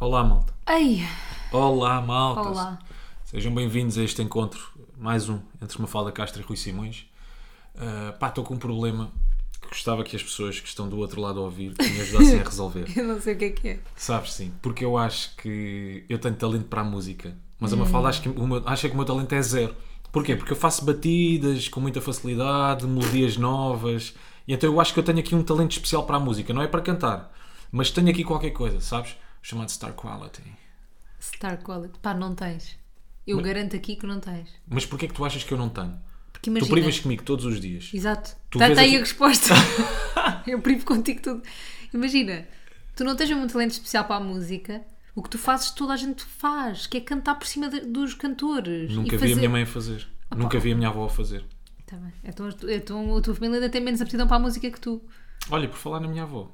Olá, malta. Ai, Olá, malta. Olá. Sejam bem-vindos a este encontro, mais um, entre Mafalda Castro e Rui Simões. Ah, pá, estou com um problema que gostava que as pessoas que estão do outro lado a ouvir que me ajudassem a resolver. eu não sei o que é que é. Sabes, sim, porque eu acho que eu tenho talento para a música, mas a Mafalda acha que, o meu, acha que o meu talento é zero. Porquê? Porque eu faço batidas com muita facilidade, melodias novas, e então eu acho que eu tenho aqui um talento especial para a música, não é para cantar, mas tenho aqui qualquer coisa, sabes? Chamado Star Quality. Star Quality. Pá, não tens. Eu garanto aqui que não tens. Mas porquê é que tu achas que eu não tenho? Tu Porque imagina. privas comigo todos os dias. Exato. Tu Está vês aí aqui- a resposta. eu privo contigo tudo. Imagina, tu não tens um talento especial para a música. O que tu fazes, toda a gente faz, que é cantar por cima de- dos cantores. Nunca vi e fazer... a minha mãe a fazer. Nunca vi a minha avó a fazer. Tá bem. Então, a tu- então a tua família ainda tem menos aptidão para a música que tu. Olha, por falar na minha avó,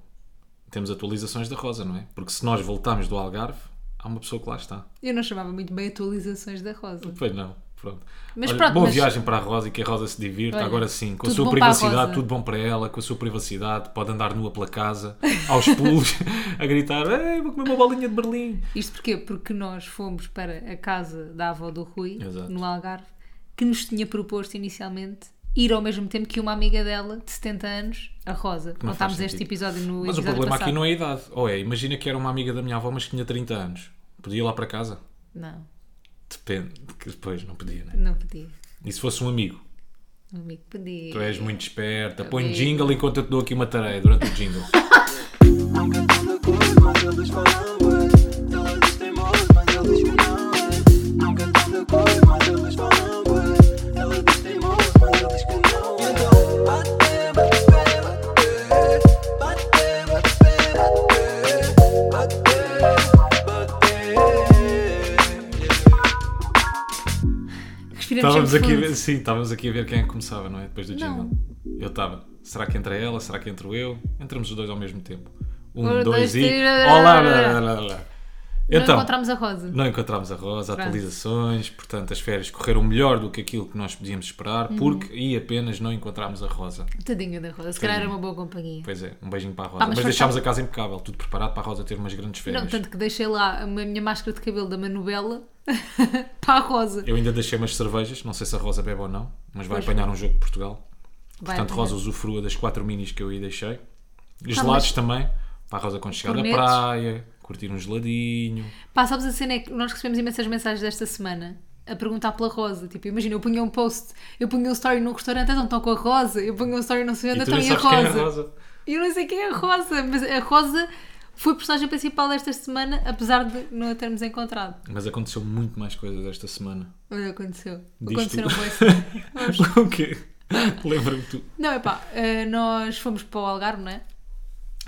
temos atualizações da Rosa, não é? Porque se nós voltarmos do Algarve, há uma pessoa que lá está. Eu não chamava muito bem atualizações da Rosa. Pois não, pronto. Mas Olha, pronto, boa mas- viagem para a Rosa e que a Rosa se divirta. Olha, Agora sim, com a tudo sua bom para a privacidade, Rosa. tudo bom para ela, com a sua privacidade, pode andar nua pela casa, aos pulos, a gritar: Ei, vou comer uma bolinha de Berlim. Isto porquê? Porque nós fomos para a casa da avó do Rui, Exato. no Algarve, que nos tinha proposto inicialmente ir ao mesmo tempo que uma amiga dela de 70 anos, a Rosa. não faz Contámos este sentido. episódio no Mas o episódio problema passado. aqui não é a idade. Ou é, imagina que era uma amiga da minha avó, mas que tinha 30 anos. Podia ir lá para casa? é- Não, Depende, que depois não podia, né? não podia. E se fosse um amigo? Um amigo podia. Tu és muito esperta. Põe Amigo. jingle enquanto eu te dou aqui uma tareia durante o jingle. Não cantando a cor, mas eles falam ué. Ela diz teimoso, mas ele diz que não é Não cantando a cor, mas eles falam ué. Ela diz teimoso, mas ele diz que não é Então bate, bate, bate, bate Bate, bate, bate, bate Respiramos estávamos, aqui sempre a fundo. ver, sim, estávamos aqui a ver quem é que começava, não é? Depois do jingle. Não. Eu estava. Será que entra ela? Será que entro eu? Entramos os dois ao mesmo tempo. Um, dois, Um, dois, e. três. Olá! lá, lá, lá, lá. Não Então, encontramos a Rosa. não encontramos a Rosa, Pronto. atualizações, portanto as férias correram melhor do que aquilo que nós podíamos esperar, Uhum. porque e apenas não encontramos a Rosa. Tadinha da Rosa. Se calhar era uma boa companhia. Pois é, um beijinho para a Rosa. Pá, mas Ah, mas foi deixámos a casa impecável, tudo preparado para a Rosa ter umas grandes férias. Não, tanto que deixei lá a minha máscara de cabelo da Manubela para a Rosa. Eu ainda deixei umas cervejas, não sei se a Rosa bebe ou não, mas vai Pois. apanhar um jogo de Portugal. Vai, Portanto, vai. Rosa usufrua das quatro minis que eu aí deixei. Gelados Tá, mas- também, para a Rosa quando chegar da Cornetos. praia, curtir um geladinho. Pá, sabes a cena é que nós recebemos imensas mensagens desta semana a perguntar pela Rosa. Tipo, imagina, eu punha um post, eu punha um story num restaurante, então estão com a Rosa, eu punha um story não sei onde, e tu então nem e a sabes quem é Rosa. a Rosa. Eu não sei quem é a Rosa, mas a Rosa foi a personagem principal desta semana, apesar de não a termos encontrado. Mas aconteceu muito mais coisas esta semana. Olha, aconteceu. Diz Aconteceram tu. boas. Vamos- o quê? Lembra-me tu. Não, é pá, nós fomos para o Algarve, não é?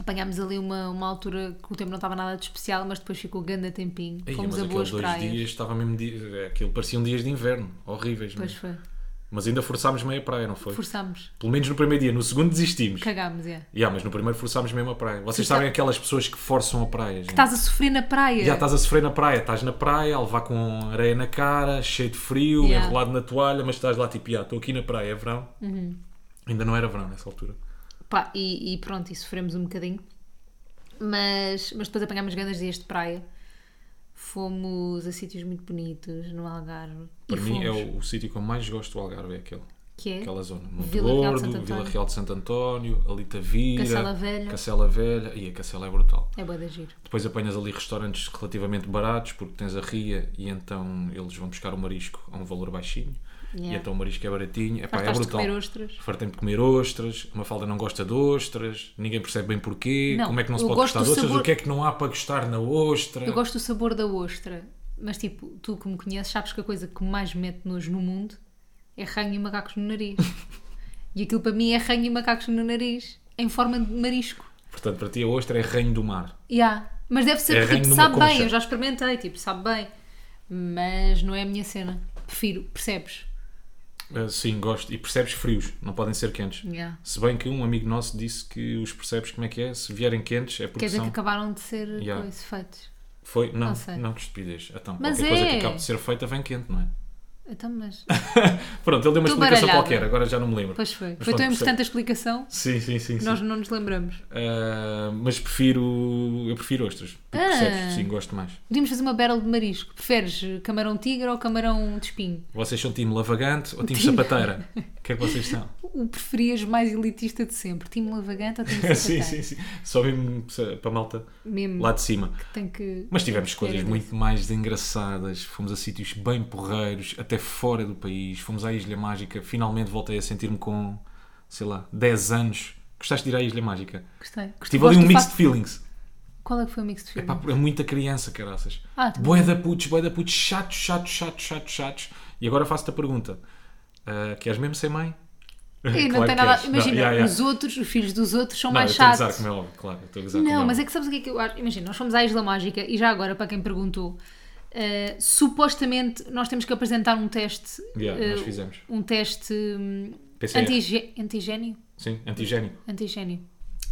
Apanhámos ali uma, uma altura que o tempo não estava nada de especial, mas depois ficou grande tempinho. Ei, Fomos mas a boas aqueles dois praias. dias estava mesmo. Di... é, Aquilo pareciam dias de inverno, horríveis. Depois mesmo. foi. Mas ainda forçámos meia praia, não foi? Forçámos. Pelo menos no primeiro dia. No segundo desistimos. Cagámos, é. Ya, mas no primeiro forçámos mesmo a praia. Vocês Força- sabem aquelas pessoas que forçam a praia, gente? Estás a sofrer na praia. Já tá- estás a sofrer na praia, estás na praia, a levar com areia na cara, cheio de frio, Ya. enrolado na toalha, mas estás lá tipo, "Ya, estou aqui na praia, é verão. Uhum. Ainda não era verão nessa altura. Pá, e, e pronto, e sofremos um bocadinho. Mas, mas depois apanhámos grandes dias de praia. Fomos a sítios muito bonitos no Algarve. E Para mim é fomos, o, o sítio que eu mais gosto do Algarve, é aquele. que é Aquela zona. Monte Vila Real Gordo, de Santo Vila António. Real de Santo António, ali Tavira, Cacela Velha. Cacela Velha. E a Cacela é brutal. É boa de giro. Depois apanhas ali restaurantes relativamente baratos, porque tens a ria e então eles vão buscar o marisco a um valor baixinho. Ya. E então o marisco é baratinho. Epá, é Fartaste de brutal. comer ostras. Fartem-me de comer ostras, uma falda não gosta de ostras, ninguém percebe bem porquê, Não, como é que não se eu pode gosto gostar do de ostras, sabor- o que é que não há para gostar na ostra. Eu gosto do sabor da ostra, mas tipo, tu que me conheces, sabes que a coisa que mais me mete nojo no mundo é ranho e macacos no nariz. e aquilo para mim é ranho e macacos no nariz, em forma de marisco. Portanto, para ti a ostra é reino do mar. Ya, Mas deve ser É porque ranho tipo, numa sabe bem, concha. eu já experimentei, tipo, sabe bem. Mas não é a minha cena. Prefiro, percebes? Ah, sim, gosto. E percebes frios, não podem ser quentes. Ya. Se bem que um amigo nosso disse que os percebes como é que é, se vierem quentes é Quer porque dizer são... que acabaram de ser Ya. coisas feitos. Foi? Não, sei. não, que estupidez. Então, Mas qualquer coisa é. que acabe de ser feita vem quente, não é? Então, mas. Pronto, ele deu uma Tô explicação baralhada. qualquer, agora já não me lembro. Pois foi. Mas foi pronto, tão importante percebe. a explicação Sim, sim, sim. que sim. nós não nos lembramos. Ah, mas prefiro. Eu prefiro ostras. Porque Ah. percebes? Sim, gosto mais. Podíamos fazer uma battle de marisco. Preferes camarão tigre ou camarão de espinho? Vocês são um time lavagante ou time Um Time- sapateira? O que é que vocês são? O preferias mais elitista de sempre? Time lavagante ou time Um sim, sapateiro? sim, sim. Só mesmo para a malta Mesmo lá de cima. que tem que... Mas tivemos coisas Era muito mais engraçadas. Fomos a sítios bem porreiros, até fora do país. Fomos à Ilha Mágica. Finalmente voltei a sentir-me com, sei lá, 10 anos. Gostaste de ir à Ilha Mágica? Gostei. Tive ali Gosto um do mixed facto- feelings. Qual é que foi o mix de É filme? pá, é muita criança, caraças. Ah, tá Boé da putos, boé da putos, chatos, chatos, chatos, chatos, chatos. E agora faço-te a pergunta: Ah, queres mesmo ser mãe? E não Claro tem que nada... queres. Imagina, Não, yeah, yeah. os outros, os filhos dos outros são Não, mais eu estou a chatos. gozar, como é óbvio, claro. eu Estou a gozar, como é Não, mas é óbvio. que sabes o que é que eu acho? Imagina, nós fomos à Isla Mágica e já agora, para quem perguntou, eh, supostamente nós temos que apresentar um teste. Yeah, eh, nós fizemos. Um teste hum, PCR. antige- antigénio. Sim, antigénico. Antigénio.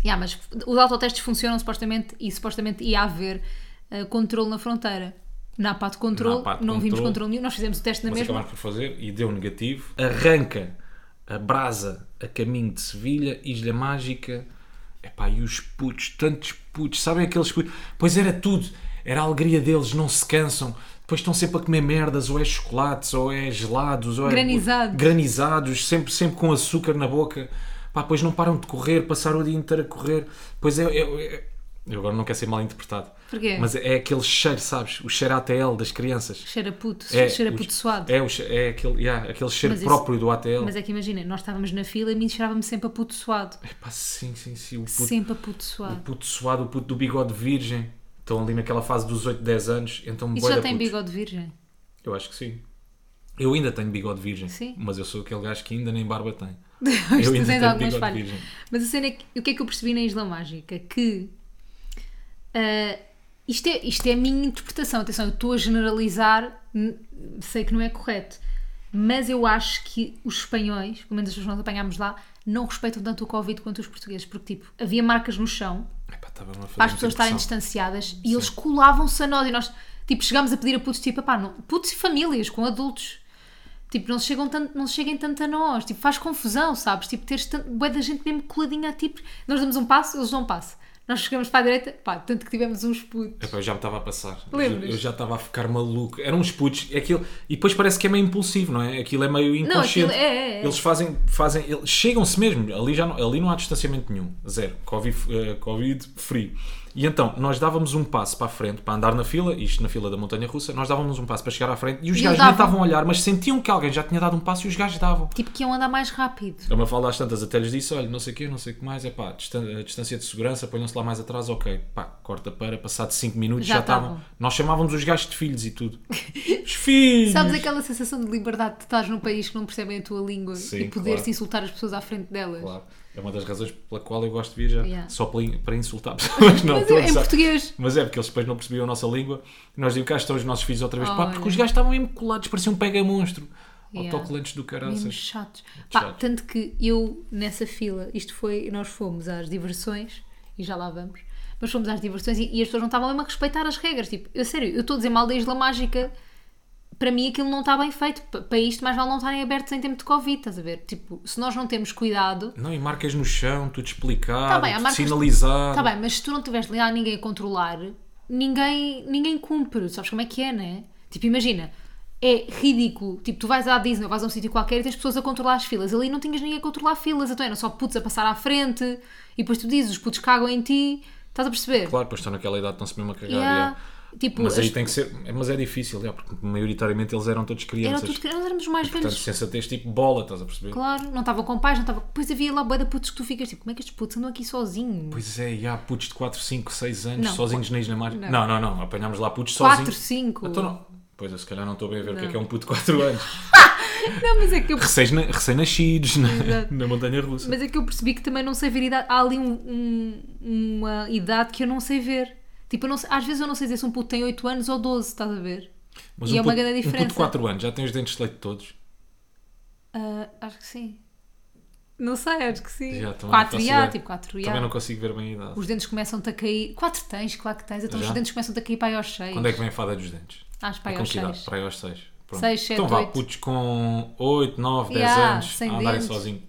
Yeah, mas os autotestes funcionam supostamente e supostamente ia haver eh, controle na fronteira. Na parte de Na controle, parte de não vimos controle. controle nenhum, nós fizemos o teste na Mas mesma. acabámos por fazer e deu negativo. Arranca a brasa a caminho de Sevilha, Isla Mágica. Epá, e os putos, tantos putos, sabem aqueles putos? Pois era tudo, era a alegria deles, não se cansam. Depois estão sempre a comer merdas, ou é chocolates, ou é gelados, ou é- Granizados. granizados, sempre, sempre com açúcar na boca. Pá, pois não param de correr, passaram o dia inteiro a correr. Pois é, é- é- eu agora não quero ser mal interpretado. Porquê? Mas é aquele cheiro, sabes? O cheiro ATL das crianças. Cheira puto, É, cheira o- puto suado. É, o che- é aquele, yeah, aquele cheiro Mas isso- próprio do ATL. Mas é que imagina, nós estávamos na fila e me cheirava-me sempre a puto suado. Epá, sim, sim, sim. O É puto, Sempre a puto o suado. puto suado, o puto do bigode virgem. Estão ali naquela fase dos 8, 10 anos. Então Isso bué já da tem putos. bigode virgem? Eu acho que sim. Eu ainda tenho bigode virgem. Sim. Mas eu sou aquele gajo que ainda nem barba tem. Mas Eu ainda tu tens tenho algumas bigode falhas. virgem. Mas a cena é que, o que é que eu percebi na Isla Mágica? Que ah, isto, é, isto é a minha interpretação. Atenção, eu estou a generalizar, n- sei que não é correto, mas eu acho que os espanhóis, pelo menos as pessoas que nós apanhámos lá, não respeitam tanto o Covid quanto os portugueses, porque tipo, havia marcas no chão Epá, estava-me a fazer para as muita pessoas estarem impressão. distanciadas e eles colavam-se a nós e nós tipo chegámos a pedir a putos tipo "Epá, não, putos e famílias com adultos tipo não se chegam tanto não se cheguem tanto a nós tipo faz confusão sabes tipo teres tanto bué da gente mesmo coladinha a tipo nós damos um passo eles dão um passo nós chegamos para a direita pá tanto que tivemos uns putos Epá, eu já me estava a passar. Lembras? Eu, eu já estava a ficar maluco. Eram uns putos. é Aquilo, e depois parece que é meio impulsivo, não é? Aquilo é meio aquilo inconsciente. é, é, é. Eles fazem. fazem eles Chegam-se mesmo. Ali, já não, ali não há distanciamento nenhum. Zero. Covid, eh, COVID free. E então, nós dávamos um passo para a frente, para andar na fila, isto na fila da Montanha Russa, nós dávamos um passo para chegar à frente e os gajos E eles nem davam. estavam a olhar, mas sentiam que alguém já tinha dado um passo e os gajos davam. tipo que iam andar mais rápido A Mafalda É às tantas até lhes disse, olha, não sei o quê, não sei o que mais, é pá, distan- a distância de segurança, ponham-se lá mais atrás, ok, pá, corta para, passado 5 minutos Já já estavam. estavam. Nós chamávamos os gajos de filhos e tudo. os filhos! Sabes aquela sensação de liberdade de estás num país que não percebem a tua língua Sim, e poderes claro. insultar as pessoas à frente delas? Claro, é uma das razões pela qual eu gosto de viajar, Yeah. só para, in- para insultar pessoas, não, Mas estou a em gozar. português. Mas é porque eles depois não percebiam a nossa língua e nós dizíamos cá estão os nossos filhos outra vez, pá, Olha. porque os gajos estavam mesmo colados, pareciam um pega-monstro. Yeah. Autocolantes do Mesmo caraças. chatos. Pá, chatos. tanto que eu, nessa fila, isto foi, nós fomos às diversões, e já lá vamos, mas fomos às diversões e, e as pessoas não estavam mesmo a respeitar as regras. Tipo, eu sério, eu estou a dizer mal da Isla Mágica, para mim aquilo não está bem feito. Pa- Para isto, mais vale não estarem abertos em tempo de Covid, estás a ver? Tipo, se nós não temos cuidado. Não, e marcas no chão, tudo explicado, Tá bem, há tudo marcas- sinalizado. Está Tá bem, mas se tu não tiveres lá ninguém a controlar, ninguém, ninguém cumpre. Sabes como é que é, né? Tipo, imagina. É ridículo. Tipo, tu vais à Disney ou vais a um sítio qualquer e tens pessoas a controlar as filas. Ali não tinhas ninguém a controlar filas, então eram só putos a passar à frente e depois tu dizes, os putos cagam em ti. Estás a perceber? Claro, pois estão naquela idade, estão-se mesmo a cagar. Yeah. yeah. Tipo, Mas aí as- tem que ser. é, Mas é difícil, é, porque maioritariamente eles eram todos eram crianças. tudo crianças, éramos os mais Portanto, velhos. sensatez tipo bola, estás a perceber? Claro, não estavam com pais, não estavam. Depois havia lá boia de putos que tu ficas tipo, como é que estes putos andam aqui sozinhos? Pois é, e há putos de 4, 5, 6 anos Não, sozinhos na Isla Mágica. Não. não. não, não, apanhámos lá putos 4, sozinhos. 5. Então não. Pois eu se calhar não estou bem a ver o que é que é um puto de 4 anos. Não, mas é que eu Recém- Recém-nascidos na, Exato. na Montanha Russa. Mas é que eu percebi que também não sei ver idade. Há ali um- um- uma idade que eu não sei ver. Tipo, eu não sei- às vezes eu não sei dizer se um puto tem 8 anos ou 12, estás a ver? Mas e é uma grande Um puto de diferença. 4 anos já tem os dentes de leite todos. Ah, acho que sim. Não sei, acho que sim. Já, também não 4 faço IA, ideia. tipo 4 Também não IA. consigo ver bem a idade. Os dentes começam-te a cair. 4 tens, claro que tens. Então Já? os dentes começam-te a cair para aí aos 6. Quando é que vem a fada dos dentes? Acho para aí com aos que idade? 6. Para aí aos 6. Pronto. Seis, sete, então vá, oito. putos com 8, 9, 10 Yeah, anos sem a andarem dentes. sozinhos.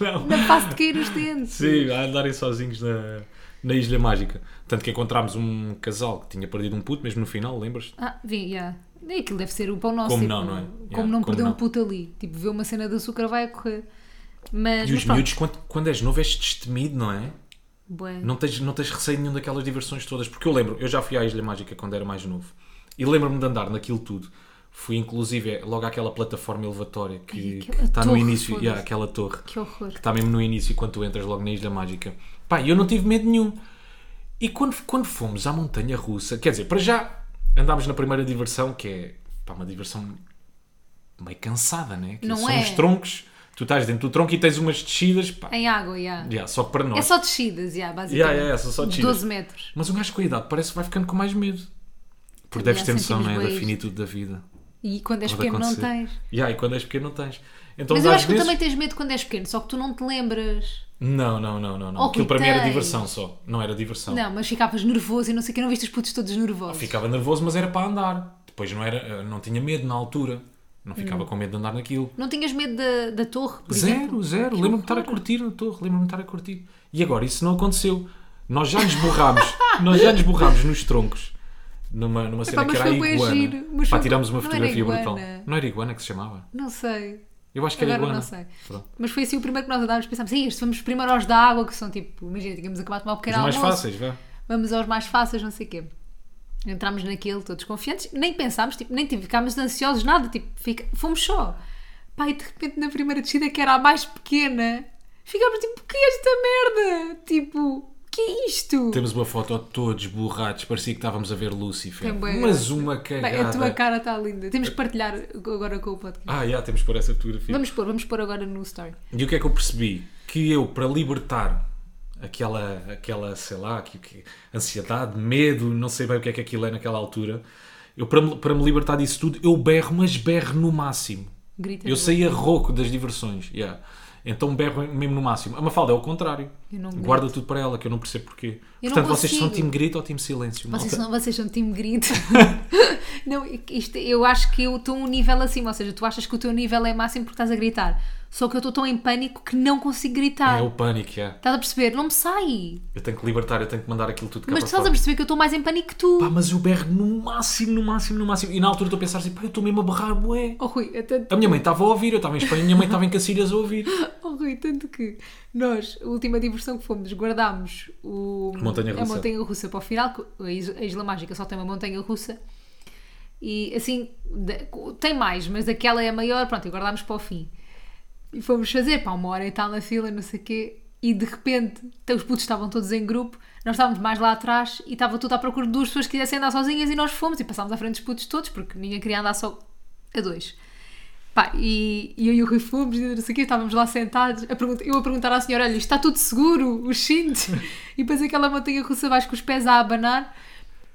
Não. Na face É de cair os dentes. Sim, a andarem sozinhos na, na Ilha Mágica. Tanto que encontrámos um casal que tinha perdido um puto, mesmo no final, lembras-te? Ah, vi, já. nem Aquilo deve ser o pão nosso. Como tipo, não, não é? Como Yeah, não como perder um não. puto ali. Tipo, ver uma cena de açúcar vai a correr. Mas, E mas os pronto. miúdos, quando, quando és novo, és destemido, não é? Bué. Não tens, não tens receio de nenhum daquelas diversões todas. Porque eu lembro, eu já fui à Ilha Mágica quando era mais novo. E lembro-me de andar naquilo tudo. Fui inclusive é, logo àquela plataforma elevatória Ai, que, aquela que está no torre, início. foda-se. Yeah, aquela torre. Que horror. que está mesmo no início quando tu entras logo na Ilha Mágica. Pá, eu não tive medo nenhum. E quando, quando fomos à montanha russa, quer dizer, para já andámos na primeira diversão, que é pá, uma diversão meio cansada, né? Que Não são é? os troncos, tu estás dentro do tronco e tens umas descidas, pá, Em água, já. já, só que para É nós. só descidas, já, basicamente. Yeah, yeah, é, são só descidas. 12 metros. Mas um gajo com a idade parece que vai ficando com mais medo. Porque deves Já ter noção, não sentimos é? Da bué finitude da vida. E quando és Pode pequeno acontecer. não tens. Yeah, e quando és pequeno não tens. Então, Mas eu às acho que tu vezes- também tens medo quando és pequeno, só que tu não te lembras. Não, não, não, não. não. Oh, Aquilo para mim Rui, era tens. diversão só. Não era diversão. Não, mas ficavas nervoso e não sei o que, não viste os putos todos nervosos. Ficava nervoso, mas era para andar. Depois não, era, eu não tinha medo na altura. Não ficava com medo de andar naquilo. Não tinhas medo da, da torre, Hum. por Zero, exemplo? zero. Lembro-me de estar a curtir na torre. Lembro-me de estar a curtir. E agora, isso não aconteceu. Nós já nos borrámos. nós já nos borrámos nos troncos. Numa, numa cena Epá, que mas era a foi bué iguana. giro, mas Pá, foi- tirámos uma não era fotografia iguana. brutal. Não era iguana que se chamava? Não sei. Eu acho que era Agora iguana. não sei. Pronto. Mas foi assim o primeiro que nós andávamos, pensámos, "Ei, este vamos primeiro aos da água, que são tipo, imagina, tínhamos acabado de tomar um Os pequeno mais almoço. fáceis, vá. Vamos aos mais fáceis, não sei o quê. Entramos naquele, todos confiantes, nem pensámos, tipo, nem tipo, ficámos ansiosos, nada, tipo, fica- fomos só. Pá, e de repente na primeira descida, que era a mais pequena, ficámos tipo, que é esta merda? Tipo, que é isto? Temos uma foto todos borrados. Parecia que estávamos a ver Lúcifer. Tem bué Mas graça. uma Bem, cagada. a tua cara está linda. Temos que partilhar agora com o podcast. Ah, já temos por essa fotografia. Vamos pôr, vamos pôr agora no story. E o que é que eu percebi? Que eu, para libertar aquela, aquela sei lá, que, que- ansiedade, medo, não sei bem o que é que aquilo é naquela altura, eu, para, me- para me libertar disso tudo, eu berro, mas berro no máximo. Grita. Eu saía rouco das diversões, yeah. então berro mesmo no máximo. A Mafalda é o contrário. Eu não grito. Guarda tudo para ela, que eu não percebo porquê. Eu não Portanto, vocês consigo. são time grito ou time silêncio? Vocês malta? são, vocês são time grito. não, isto, eu acho que eu estou um nível acima, ou seja, tu achas que o teu nível é máximo porque estás a gritar. Só que eu estou tão em pânico que não consigo gritar. É o pânico, yeah. Estás a perceber? Não me sai. eu tenho que libertar, eu tenho que mandar aquilo tudo cá Mas tu para estás fora. a perceber que eu estou mais em pânico que tu. Pá, mas eu berro no máximo, no máximo, no máximo. E na altura estou a pensar assim, pá, eu estou mesmo a berrar, bué. Oh Rui, é tanto, A minha mãe estava a ouvir, eu estava em Espanha, a minha mãe estava em Cacilhas a ouvir. oh, Rui, tanto que nós, a última diversão que fomos, guardámos o, Montanha-russa. a montanha russa para o final, que a Is- a Isla Mágica só tem uma montanha russa. E assim, da- tem mais, mas aquela é a maior, pronto, e guardámos para o fim. E fomos fazer, pá, uma hora e tal na fila, não sei o quê, e de repente então, os putos estavam todos em grupo, nós estávamos mais lá atrás e estava tudo à procura de duas pessoas que quisessem andar sozinhas e nós fomos e passámos à frente dos putos todos, porque ninguém queria andar só a dois. Pá, e, e eu e o Rui fomos, e não sei o quê, estávamos lá sentados, a pergunta- eu a perguntar à senhora, olha, isto está tudo seguro, os cintos? e depois aquela montanha russa vais com os pés a abanar,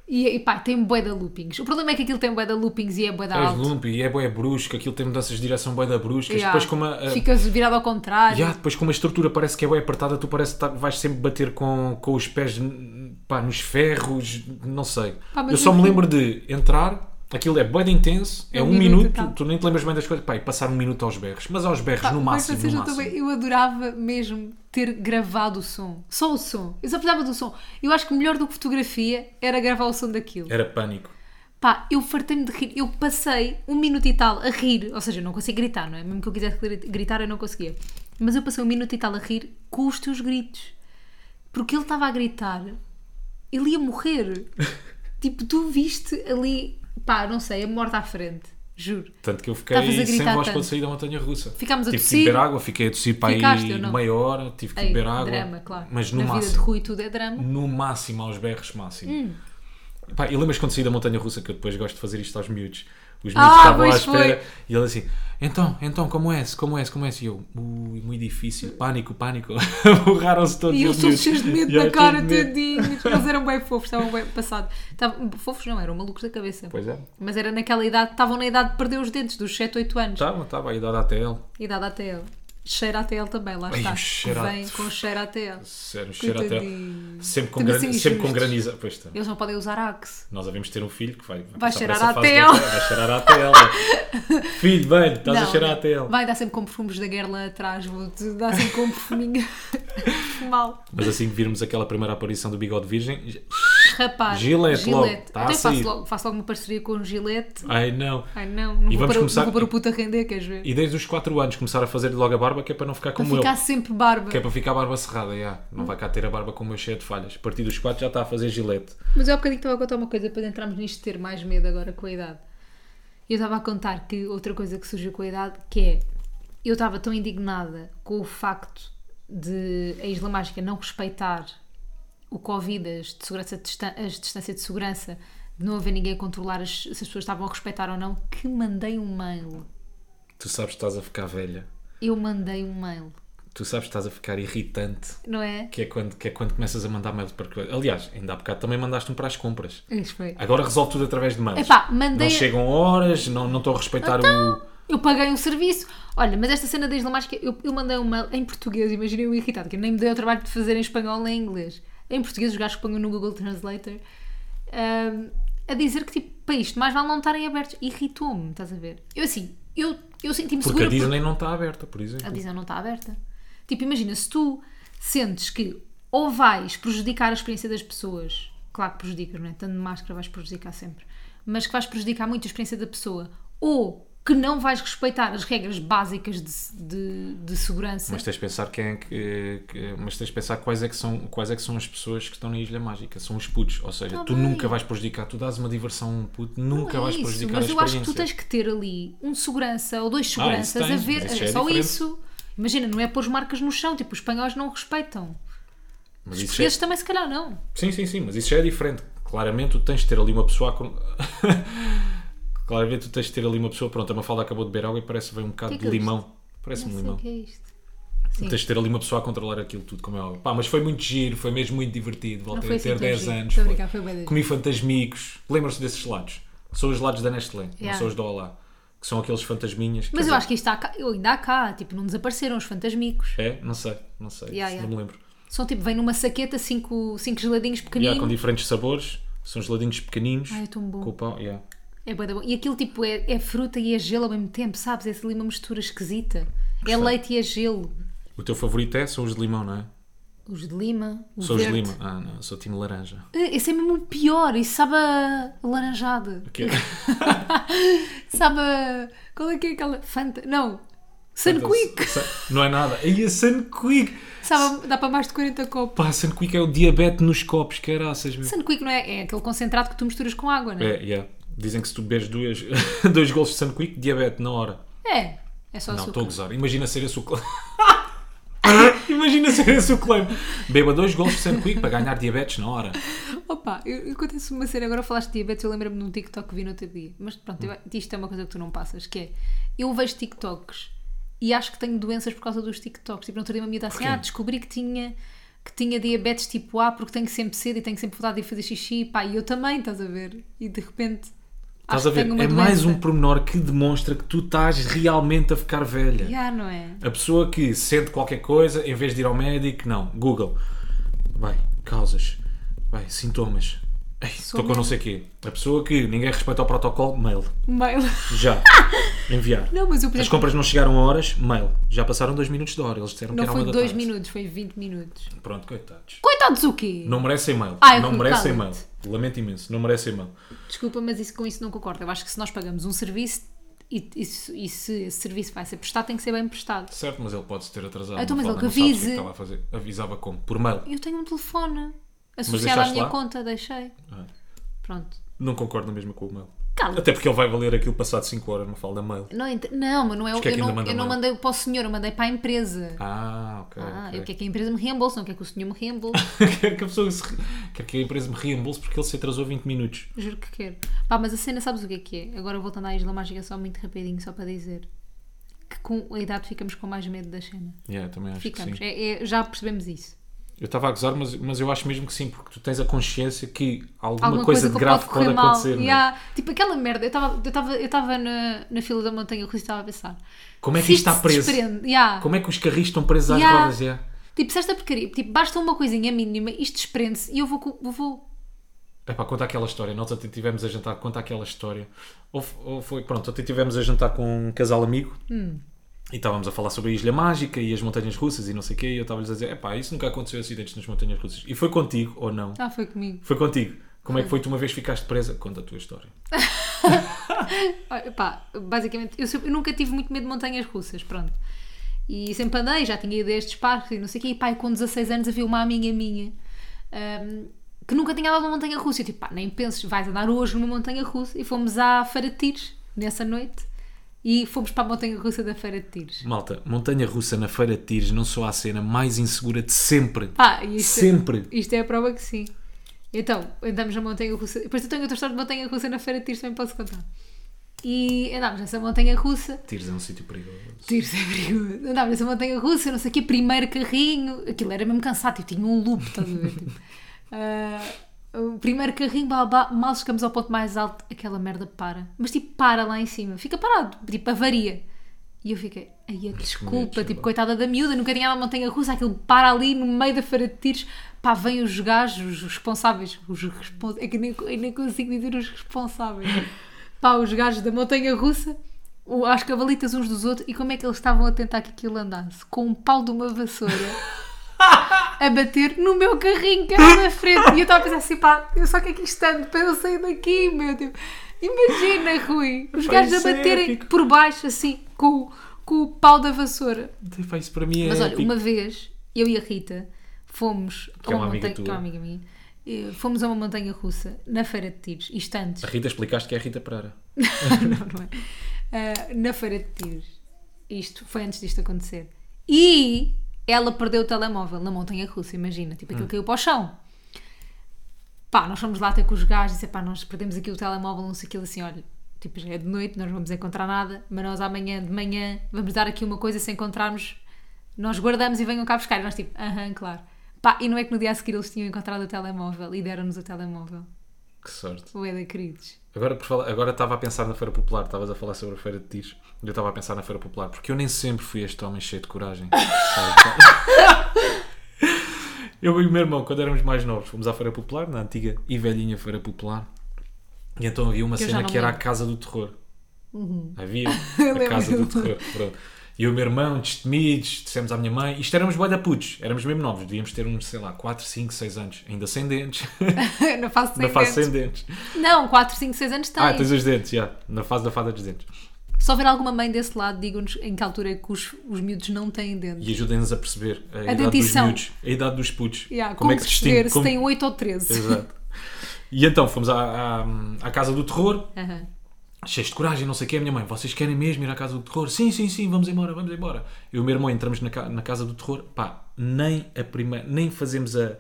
e, e pá, tem bué de loopings. O problema é que aquilo tem bué de loopings e é bué de És alto. lumpi, e é boé brusco, aquilo tem mudanças de direção boé da bruscas. Yeah. Depois, com uma, a, Ficas virado ao contrário. Yeah, depois com uma estrutura parece que é boé apertada, tu parece que tá- vais sempre bater com, com os pés n- pá, nos ferros, não sei. Pá, mas eu só eu me vi- lembro de entrar, aquilo é boé de intenso, é, um, minuto, e tal. tu, tu nem te lembras bem das coisas, pá, e passar um minuto aos berros, mas aos berros Pá, no mas máximo. vocês no não estão máximo. bem. eu adorava mesmo ter gravado o som. Só o som. Eu só precisava do som. Eu acho que melhor do que fotografia era gravar o som daquilo. Era pânico. Pá, eu fartei-me de rir. Eu passei um minuto e tal a rir. Ou seja, eu não consigo gritar, não é? Mesmo que eu quisesse gri- gritar, eu não conseguia. Mas eu passei um minuto e tal a rir com os teus gritos. Porque ele estava a gritar. Ele ia morrer. tipo, tu viste ali... Pá, não sei, a morte à frente. Juro. Tanto que eu fiquei Estavas a sem gritar voz tanto. quando saí da montanha russa. Ficámos a tive tossir. que Tipo, beber água, fiquei a tossir para Ficaste, eu aí não. meia hora, tive que Ei, beber água. drama, claro. Mas no Na vida de Hum. máximo. Rui tudo é drama. no máximo aos berros máximo. Pá, e lembras quando saí da montanha russa que eu depois gosto de fazer isto aos miúdos? Os miúdos Ah, estavam à pois espera e ele assim, então, então, como é -se? como é -se? como é -se? E eu, ui, muito difícil, pânico, pânico. Borraram-se todos E eles os todos miúdos. cheios de medo E na eu, cara, cheios de medo. tadinhos. Eles eram bem fofos, estavam bem passados. Estavam- Fofos não, eram malucos da cabeça. Pois é, Mas Tá. era naquela idade, estavam na idade de perder os dentes, dos 7, 8 anos. estava, estava a idade até é um ele. Idade até ele. Cheira até ele também, lá Ai, está. o cheiro a- Vem com cheiro até ele. Sério, cheira até. Coitadinho. Sempre com, Também gran... são sempre com injustos. graniza. Pois está. Eles não podem usar Axe. Nós devemos ter um filho que vai. Vai passar por cheirar essa à fase da- tela. Vai cheirar à tela. filho, bem, estás a Não, cheirar à tela. Vai dar sempre com perfumes da guerra atrás, vou dar sempre com um perfuminho mal. Mas assim que virmos aquela primeira aparição do bigode virgem. já- Rapaz, Gillette logo, tá a Até faço sair. logo, faço logo uma parceria com o Gillette. Ai não. Ai não, não E vamos vou, para, o- começar- não vou para o puto a render, queres ver? E desde os 4 anos começar a fazer logo a barba que é para não ficar Para como ficar eu. sempre barba. Que é para ficar a barba cerrada, já. não vai cá ter a barba como eu cheia de falhas. A partir dos 4 já está a fazer gilete. Mas eu há bocadinho estava a contar uma coisa para entrarmos nisto de ter mais medo agora com a idade. Eu estava a contar que outra coisa que surgiu com a idade que é eu estava tão indignada com o facto de a Isla Mágica não respeitar o Covid, as, de segurança, distan- as distâncias de segurança, de não haver ninguém a controlar as- se as pessoas estavam a respeitar ou não, que mandei um mail. Tu sabes que estás a ficar velha. Eu mandei um mail, Tu sabes que estás a ficar irritante. não é? Que é quando, que é quando começas a mandar mails para coisas. Aliás, ainda há bocado também mandaste um para as compras. Isso foi. Agora resolve tudo através de mails. Epá, mandei- Então, Não chegam horas, não, não estou a respeitar o. Eu paguei um serviço. Olha, mas esta cena da Isla Mágica, eu, eu mandei um mail em português, imaginei eu irritado, que eu nem me dei o trabalho de fazer em espanhol nem em inglês. Em português, os gajos que ponham no Google Translator ahm, a dizer que, tipo, para isto, mais vale não estarem abertos. Irritou-me, estás a ver? Eu, assim, eu, eu senti-me Porque segura. a Disney não está aberta, por exemplo. A Disney não está aberta. Tipo, imagina, se tu sentes que ou vais prejudicar a experiência das pessoas, claro que prejudicas, não é? Tanto de máscara vais prejudicar sempre, mas que vais prejudicar muito a experiência da pessoa, ou que não vais respeitar as regras básicas de, de, de segurança. Mas tens de pensar quem é que, que- mas tens de pensar quais é que são quais é que são as pessoas que estão na Ilha Mágica, são os putos, ou seja, Tá tu bem. nunca vais prejudicar, tu dás uma diversão a um puto, nunca Não é vais isso, prejudicar mas a eu acho que tu experiência. tens que ter ali um segurança ou Ah, dois isso seguranças tens, a ver. mas isso é é só diferente. isso. Imagina, não é pôr as marcas no chão, tipo, os espanhóis não respeitam. Mas isso Os é- portugueses também, se calhar, não. Sim, sim, sim, mas isso já é diferente. Claramente tu tens de ter ali uma pessoa a con- Claramente tu tens de ter ali uma pessoa, pronto, a Mafalda acabou de beber água e parece que veio um bocado Que que de é isto? limão. Parece-me um Não sei limão. o que é isto. Tu Sim. Tens de ter ali uma pessoa a controlar aquilo tudo, como é óbvio. Pá, mas foi muito giro, foi mesmo muito divertido. Voltei foi a assim ter tão 10 giro. anos. Estou a foi. brincar, foi bué da Comi fantasmicos. Lembram-se desses gelados? São os gelados da Nestlé, Yeah. não são os da Olá. Que são aqueles fantasminhas. Mas eu acho que isto está cá, eu ainda há cá, tipo, não desapareceram os fantasmicos. É? Não sei, não sei. Yeah, isso yeah. Não me lembro. São tipo, vem numa saqueta cinco, cinco geladinhos Yeah, com pequeninos. diferentes sabores. São geladinhos pequeninos. Ai, é tão bom. Com o pão. Yeah. é bué da bom. E aquilo tipo é, é fruta e é gelo ao mesmo tempo, sabes? É ali uma mistura esquisita. É leite e é gelo. O teu favorito é? São os de limão, não é? Os de lima, o São os de verde. lima. Ah, não, sou time laranja. Eh, Esse é mesmo o pior, isso sabe a laranjada. Que- Sabe a... Qual é que é aquela? Fanta. Não. Sun Quick. Então, Não é nada. E a Sun Quick. Sabe, a- dá para mais de 40 copos. Pá, Sun Quick é o diabetes nos copos, caraças, meu. Sun Quick não é? É aquele concentrado que tu misturas com água, não É, yeah. Dizem que se tu bebes duas, dois golos de Sunquick, diabetes na hora. é? É. É só Não, açúcar. estou a gozar. Imagina ser esse o claim. Imagina ser esse o claim. Beba dois golos de Sunquick para ganhar diabetes na hora. Opa, eu, eu conto-se uma cena, agora falaste de diabetes, eu lembro-me de um TikTok que vi no outro dia. Mas pronto, Hum. eu- isto é uma coisa que tu não passas, que é, eu vejo TikToks e acho que tenho doenças por causa dos TikToks. Tipo, no outro dia uma miúda assim, Porquê? ah, descobri que tinha, que tinha diabetes tipo A porque tenho sempre sede e tenho sempre vontade de ir fazer xixi, pá, e eu também, estás a ver? E de repente, Estás acho a que ver? tenho uma É mais um doença. pormenor que demonstra que tu estás realmente a ficar velha. Já, não é? A pessoa que sente qualquer coisa, em vez de ir ao médico, não. Google. Vai, causas. Vai, sintomas. Ei, Estou com mesmo. não sei o quê. A pessoa que ninguém respeita o protocolo, mail. Mail. Já. Enviar. Não, mas eu, por As exemplo, compras não chegaram a horas, mail. Já passaram dois minutos de hora. Eles disseram que não era foi uma da dois tarde. minutos, foi 20 minutos. Pronto, coitados. Coitados o quê? Não merecem mail. Ai, não Rui, merecem mail. cala-te. Lamento imenso. Não merecem mail. Desculpa, mas isso, com isso não concordo. Eu acho que se nós pagamos um serviço e, e se- e se esse serviço vai ser prestado, tem que ser bem prestado. Certo, mas ele pode-se ter atrasado. Ah, então, não mas fala, ele que não sabes o avise. é estava a fazer. Avisava como? Por mail. Eu tenho um telefone associado à deixaste minha lá? conta, deixei. Ah. Pronto. Não concordo na mesma com o mail. Cala. Até porque ele vai valer aquilo passado 5 horas, não fala mail. Não, ent- não, mas não é eu, que é que eu, ainda não, manda eu não mail? mandei para o senhor, eu mandei para a empresa. Ah, ok. Ah, ok. eu quero que a empresa me reembolse, não quero que o senhor me reembolse. Quero que a pessoa se... re- Quero que a empresa me reembolse porque ele se atrasou 20 minutos. Juro que quero. Pá, mas a cena, sabes o que é que é? Agora voltando à Isla Mágica, só muito rapidinho, só para dizer que com a idade ficamos com mais medo da cena. Yeah, também acho que Ficamos. sim. É- é- já percebemos isso. Eu estava a gozar, mas, mas eu acho mesmo que sim, porque tu tens a consciência que alguma, alguma coisa, coisa, de que grave pode pode, correr mal. acontecer. não é? Yeah. Tipo aquela merda, eu estava eu tava, eu tava na, na fila da montanha russa e estava a pensar. Como é que se isto isto está se preso? desprende, yeah. Como é que os carris estão presos às Yeah. rodas? É. Yeah. Tipo, se esta porcaria, tipo, basta uma coisinha mínima, isto desprende-se e eu vou, co- vou. É para contar aquela história. Nós até tivemos a jantar, conta aquela história. Ou, f- ou foi, pronto, até tivemos a jantar com um casal amigo Hum. e estávamos a falar sobre a Ilha Mágica e as Montanhas Russas e não sei o quê. E eu estava-lhes a dizer: é pá, isso nunca aconteceu acidentes nas Montanhas Russas. E foi contigo ou não? Ah, foi comigo. Foi contigo. Como é que foi? Tu uma vez ficaste presa? Conta a tua história. Olha, pá, Ah, basicamente, eu, sempre- eu nunca tive muito medo de montanhas russas, pronto. E sempre andei, já tinha ideias de parques e não sei o quê. E pá, e com 16 anos havia uma amiga minha hum, que nunca tinha andado numa montanha russa. Eu tipo, pá, nem penses, vais andar hoje numa montanha russa. E fomos à Feira de Tires nessa noite e fomos para a montanha russa da Feira de Tires. Malta, Montanha Russa na Feira de Tires não só há a cena mais insegura de sempre. Pá, e isto, sempre. isto Ah, é a prova que sim. Então, andamos na montanha russa. Depois eu tenho outra história de montanha russa na Feira de Tires, também posso contar. E andámos nessa montanha russa. Tires é um sítio perigoso. Tires é perigoso. Andava nessa montanha russa, não sei o quê, primeiro carrinho. Aquilo era mesmo cansado, tipo, tinha um loop, estás a ver? Tipo, ah, o primeiro carrinho, blá, blá, mal chegamos ao ponto mais alto, aquela merda para. Mas tipo, para lá em cima, fica parado, tipo, avaria. E eu fiquei, ai, é que desculpa, medo, tipo, sei coitada da miúda, nunca tinha andado na montanha russa, aquilo para ali no meio da feira de tiros, pá, vêm os gajos, os responsáveis, os responsáveis, é que nem, eu nem consigo dizer os responsáveis, pá, os gajos da montanha russa, o- às cavalitas uns dos outros, e como é que eles estavam a tentar que aquilo andasse? Com um pau de uma vassoura a bater no meu carrinho que era na frente. E eu estava a pensar assim, pá, eu só que aqui estando para eu sair daqui, meu Deus. Imagina, Rui, os Vai gajos a ser baterem épico. por baixo, assim, com, o- com o pau da vassoura. Então, Isso para mim é. Mas olha, épico. uma vez, eu e a Rita fomos Que é uma amiga montanha, que é tua. uma amiga minha, eh, fomos a uma montanha russa na Feira de Tiros, isto antes. A Rita explicaste que é a Rita Pereira. não, não é? Ah, na Feira de Tiros. Isto foi antes disto acontecer. E ela perdeu o telemóvel na montanha russa, imagina. Tipo, aquilo caiu para o chão. Pá, nós fomos lá até com os gajos e disse, pá, nós perdemos aqui o telemóvel, não sei aquilo assim, olha, tipo, já é de noite, nós não vamos encontrar nada, mas nós amanhã de manhã vamos dar aqui uma coisa, se encontrarmos, nós guardamos e venham cá buscar. E nós tipo, aham, claro. Pá, e não é que no dia a seguir eles tinham encontrado o telemóvel e deram-nos o telemóvel. Que sorte. O Eda, queridos. Agora, por falar, agora estava a pensar na Feira Popular, estavas a falar sobre a Feira de Tis, eu estava a pensar na Feira Popular, porque eu nem sempre fui este homem cheio de coragem. eu e o meu irmão, quando éramos mais novos, fomos à Feira Popular, na antiga e velhinha Feira Popular, e então havia uma Que eu já cena não que era a lembro. Uhum. Casa do Terror. Havia a lembro. Casa do Terror. Pronto. E o meu irmão, destemidos, dissemos à minha mãe, isto éramos bué da putos, éramos mesmo novos, devíamos ter uns, sei lá, 4, 5, 6 anos, ainda sem dentes, não faço sem ainda faz dentes. sem dentes. Não, 4, 5, 6 anos tem. Ah, tens os dentes, já. Na fase da fada dos dentes. Se houver alguma mãe desse lado, digam-nos em que altura é que os, os miúdos não têm dentes. E ajudem-nos a perceber a, idade dentição. dos miúdos, a idade dos putos. é Yeah, como, perceber se um- têm 8 ou 13. Exato. E então fomos à, à, à Casa do Terror, Aham. cheios de coragem, não sei o que, a minha mãe, vocês querem mesmo ir à Casa do Terror? Sim, sim, sim, vamos embora, vamos embora. Eu e o meu irmão entramos na, ca- na Casa do Terror, pá, nem a primeira, nem fazemos a,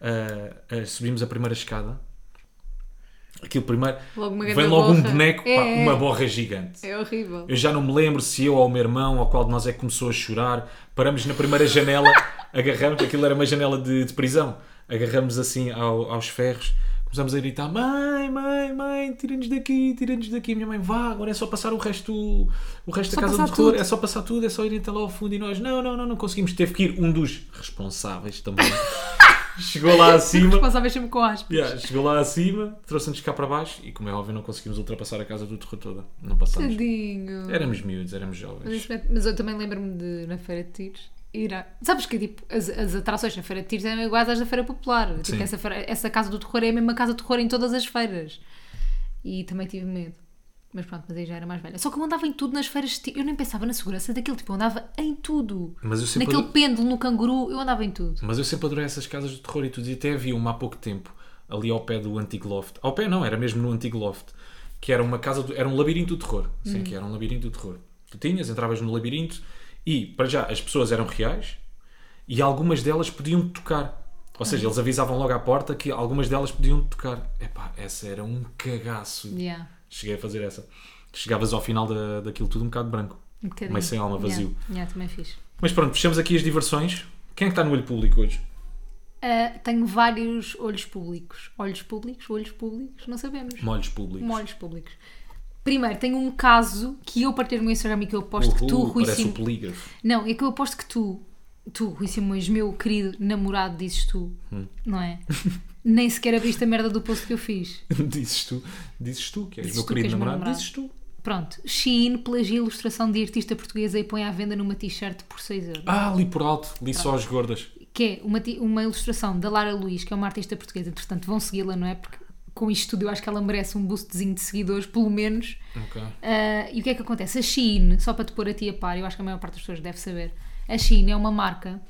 a- a- subimos a primeira escada. Aquilo primeiro, Logo uma vem grande logo um borra. boneco, pá, É, é. uma borra gigante. É horrível. Eu já não me lembro se eu ou o meu irmão, ou qual de nós é que começou a chorar. Paramos na primeira janela, agarramos, aquilo era uma janela de, de prisão. Agarramos assim ao- aos ferros, começamos a gritar: Mãe, mãe, mãe, tira-nos daqui, tira-nos daqui. Minha mãe, vá, agora é só passar o resto, o resto Só da casa do passar terror, tudo. é só passar tudo, é só ir até lá ao fundo. E nós, não, não, não, não conseguimos. Teve que ir um dos responsáveis também. Chegou lá acima, Responsáveis sempre com aspas. Yeah, chegou lá acima, trouxe-nos cá para baixo e, como é óbvio, não conseguimos ultrapassar a casa do terror toda. Não passamos. Tadinho. Éramos miúdos, éramos Mas, jovens. isso mete- mas eu também lembro-me de na Feira de Tiros. Ir à- Sabes que tipo, as, as atrações na Feira de Tiros eram iguais às da Feira Popular. Tipo, Sim. essa, feira- essa casa do terror é a mesma casa do terror em todas as feiras. E também tive medo. Mas pronto, mas aí já era mais velha. Só que eu andava em tudo nas feiras de Tiros. Eu nem pensava na segurança daquilo. Tipo, eu andava em tudo. Mas eu sempre, Naquele pêndulo, no canguru, eu andava em tudo. mas eu sempre adorei essas casas de terror e tudo. E até havia uma há pouco tempo, ali ao pé do antigo loft. Ao pé não, era mesmo no antigo loft. Que era uma casa, do- era um labirinto do terror. Sim, que era um labirinto do terror. Tu tinhas, entravas no labirinto e, para já, as pessoas eram reais e algumas delas podiam te tocar. Ou seja, eles avisavam logo à porta que algumas delas podiam te tocar. Epá, essa era um cagaço. Yeah. Cheguei a fazer essa. Chegavas ao final da, daquilo tudo um bocado branco. Um bocadinho. Meio sem alma, vazio. Yeah, yeah, também fiz. Mas pronto, fechamos aqui as diversões. Quem é que está no olho público hoje? Ah, tenho vários olhos públicos. Olhos públicos? Olhos públicos? Não sabemos. Molhos públicos. Molhos públicos. Primeiro, tenho um caso que eu partilho no meu Instagram e que eu aposto que tu, Uhul, Rui parece um Sim- o polígrafo. Não, é que eu aposto que tu, tu, Rui Simões, meu querido namorado, dizes tu, Hum. não é? Nem sequer abriste a merda do post que eu fiz. dizes tu, dizes tu que és Dizes meu tu que querido és meu namorado. namorado. Dizes tu. Pronto, Shein plagia a ilustração de artista portuguesa e põe à venda numa t-shirt por 6 euros. Ah, li por alto, li só as gordas. Que é uma, ti- uma ilustração da Lara Luís, que é uma artista portuguesa, portanto vão segui-la, não é? Porque com isto tudo eu acho que ela merece um boostzinho de seguidores, pelo menos. Ok. Ah, e o que é que acontece? A Shein, só para te pôr a ti a par, eu acho que a maior parte das pessoas deve saber, a Shein é uma marca,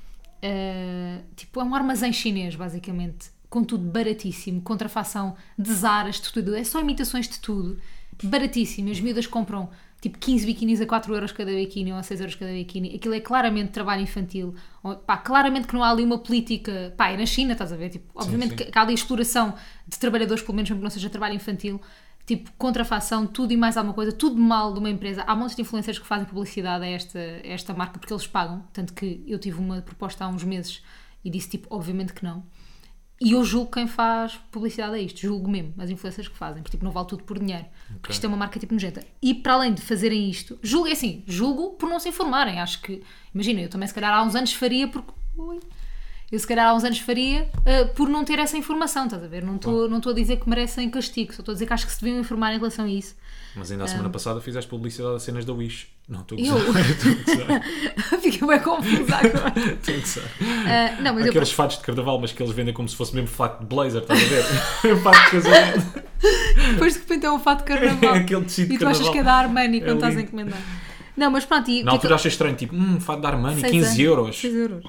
ah, tipo, é um armazém chinês, basicamente, com tudo baratíssimo, contrafação de zaras, de tudo, é só imitações de tudo, baratíssimo, as miúdas compram tipo 15 biquinis a 4 euros cada biquíni ou a 6 euros cada biquíni, aquilo é claramente trabalho infantil, Ou, pá, claramente que não há ali uma política, pá, é na China, estás a ver, tipo, obviamente sim. que- que há ali a exploração de trabalhadores, pelo menos mesmo que não seja trabalho infantil, tipo contrafação, tudo e mais alguma coisa, tudo mal de uma empresa. Há montes de influencers que fazem publicidade a esta, a esta marca porque eles pagam. Tanto que eu tive uma proposta há uns meses e disse tipo, obviamente que não. E eu julgo quem faz publicidade a isto, julgo mesmo as influencers que fazem, porque tipo, não vale tudo por dinheiro, porque isto é uma marca tipo nojenta. E para além de fazerem isto, julgo é assim, julgo por não se informarem. Acho que, imagina, eu também se calhar há uns anos faria porque. Ui, eu se calhar há uns anos faria ah, por não ter essa informação, estás a ver? Não estou não estou a dizer que merecem castigo, só estou a dizer que acho que se deviam informar em relação a isso. Mas ainda a semana passada fizeste publicidade a cenas da Wish. Não, estou a Eu- gozar. Estou a gozar. Fiquei bem confusa agora. Estou a gozar. Ah, não, mas eu Aqueles fatos de carnaval, mas que eles vendem como se fosse mesmo fato de blazer, estás a ver? fato de casamento. depois de repente é um fato de carnaval. É aquele tecido de E tu achas carnaval. que é da Armani quando É estás a lindo. encomendar. Não, mas pronto, e Na o que é que altura achei estranho, tipo, hum, fato de Armani, Seis 15 anos. euros. 6 euros.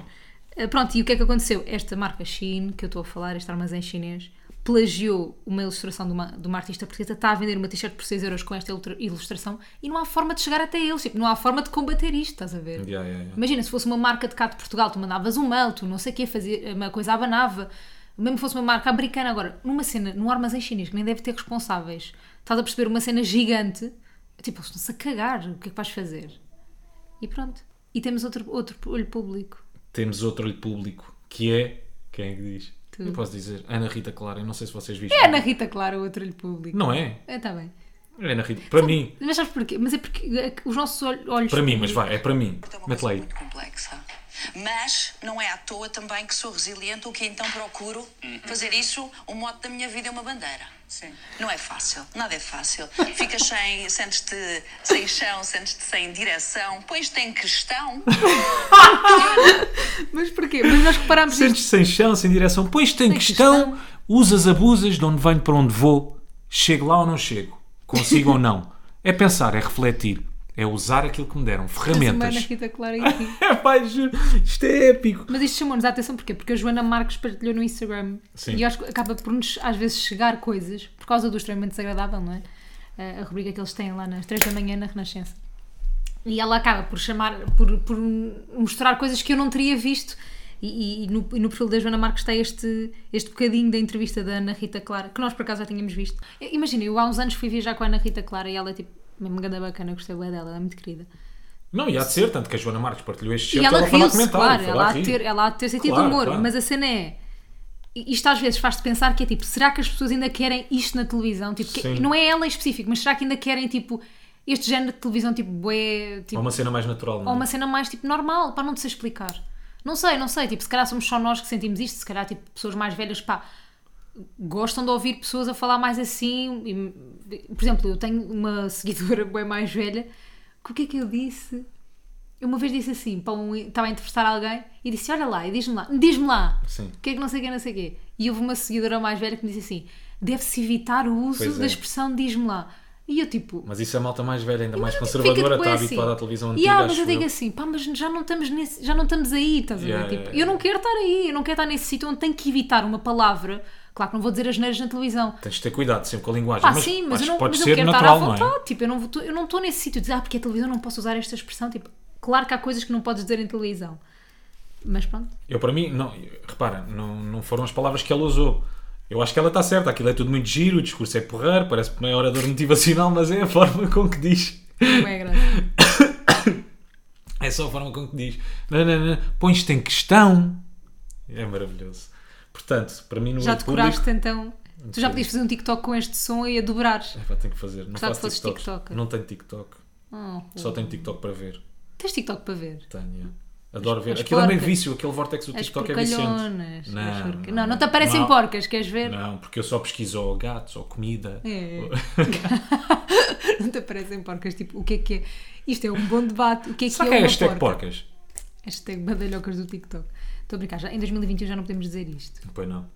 Ah, Pronto, e o que é que aconteceu? Esta marca Shein, que eu estou a falar, este armazém chinês, plagiou uma ilustração de uma, de uma artista portuguesa, está a vender uma t-shirt por 6 euros com esta ilustra- ilustração e não há forma de chegar até eles, tipo, não há forma de combater isto, estás a ver? Yeah, yeah, yeah. Imagina, se fosse uma marca de cá de Portugal, tu mandavas um mail, tu não sei o quê, fazia uma coisa abanava, mesmo fosse uma marca americana. Agora, numa cena, num armazém chinês, que nem deve ter responsáveis, estás a perceber uma cena gigante, tipo, eles estão-se a cagar, o que é que vais fazer? E pronto. E temos outro, outro olho público. Temos outro olho público, que é. Quem é que diz? Tu. Eu posso dizer, Ana Rita Clara, eu não sei se vocês viram. É Ana Rita Clara, outro olho público. Não é? É, tá bem. É Ana Rita. Para mim, Mas sabes porquê? Mas é porque é que os nossos olh- olhos. para mim, mas vai, é para mim. Então, É uma Mete lá coisa aí. muito complexa. Mas não é à toa também que sou resiliente, o que então procuro fazer isso o mote da minha vida é uma bandeira. Sim. Não é fácil, nada é fácil. Ficas sem, sentes-te sem chão, sentes-te sem direção, pois tem questão. Mas porquê? Mas nós reparámos isto. Sentes sem chão, sem direção, pois tem questão, usas, abusas, de onde venho, para onde vou, chego lá ou não chego, consigo ou não. É pensar, é refletir, é usar aquilo que me deram, Ana ferramentas. Rita Clara e ti. É, pá, juro, isto é épico. Mas isto chamou-nos a atenção porquê? Porque a Joana Marques partilhou no Instagram Sim. e eu acho que acaba por nos às vezes chegar coisas por causa do extremamente desagradável, não é? A- A rubrica que eles têm lá nas 3 da manhã na Renascença. E ela acaba por chamar, por, por mostrar coisas que eu não teria visto. E, e- e no, e no perfil da Joana Marques está este, este bocadinho da entrevista da Ana Rita Clara, que nós por acaso já tínhamos visto. Eu- Imagina, eu há uns anos fui viajar com a Ana Rita Clara e ela é tipo, mesmo ganda bacana, eu gostei bué dela, ela é muito querida. Não, e há de ser, tanto que a Joana Marques partilhou este E certo, ela, foi lá riu-se, comentar, claro, foi ela lá há, de rir. ter, ela há de ter sentido Claro, de humor, claro. mas a cena é. Isto às vezes faz-te pensar que é tipo, será que as pessoas ainda querem isto na televisão? Tipo, que- Sim. não é ela em específico, mas será que ainda querem tipo este género de televisão tipo bué, tipo, Ou uma cena mais natural, não ou é? uma cena mais tipo normal, para não te sei explicar. Não sei, não sei, tipo, se calhar somos só nós que sentimos isto, se calhar tipo pessoas mais velhas, pá, gostam de ouvir pessoas a falar mais assim. e- por exemplo, eu tenho uma seguidora bem mais velha, que o que é que eu disse? Eu uma vez disse assim, para um, estava a entrevistar alguém e disse: Olha lá, e diz-me lá, diz-me lá, Sim. o que é que não sei o que, não sei o quê. E houve uma seguidora mais velha que me disse assim: Deve-se evitar o uso Pois é. da expressão diz-me lá. E eu, tipo, Mas isso é a malta mais velha, ainda mais Tipo, conservadora, fica-te bué está habituada à televisão antiga, Yeah, mas acho eu digo eu. assim, pá, mas já não estamos, nesse, já não estamos aí, estás Yeah, a ver? Tipo, yeah, Eu não quero estar aí, eu não quero estar nesse sítio onde tenho que evitar uma palavra. Claro que não vou dizer as neiras na televisão. Tens de ter cuidado sempre com a linguagem, Pá, mas, sim, mas, mas eu não, pode mas eu ser quero natural, estar à não é? vontade. Tipo, eu não vou- eu não estou nesse sítio de dizer, ah, porque é televisão, não posso usar esta expressão. Tipo, claro que há coisas que não podes dizer em televisão. Mas pronto. Eu, para mim, não, repara, não, não foram as palavras que ela usou. Eu acho que ela está certa, aquilo é tudo muito giro, o discurso é porrar, parece que não é orador motivacional, mas é a forma com que diz. Não é graça. É só a forma com que diz. Não, não, não, Pões-te em questão. É maravilhoso. Portanto, para mim no Já olho público... decoraste então. Tu já podias fazer um TikTok com este som e a dobrares. Epá, é tenho que fazer. Não Gostava faço que fosses TikToks. TikToker. Não tenho TikTok. Oh, Só tenho TikTok para ver. Tens TikTok para ver. Tenho. Adoro ver. as Aquilo é meio porcas. vício. Aquele vortex do As TikTok é porcalhonas. viciante. Não, as porca- não, não te aparecem Não. porcas, queres ver? Não, Não, porque eu só pesquiso ou gatos ou comida. É. Ou- te aparecem porcas. Tipo, o que é que é? Isto é um bom debate. O que é que Será é que é uma hashtag porca? porcas? Hashtag badalhocas do TikTok. Estou a brincar, já, em 2021 já não podemos dizer isto. Pois não.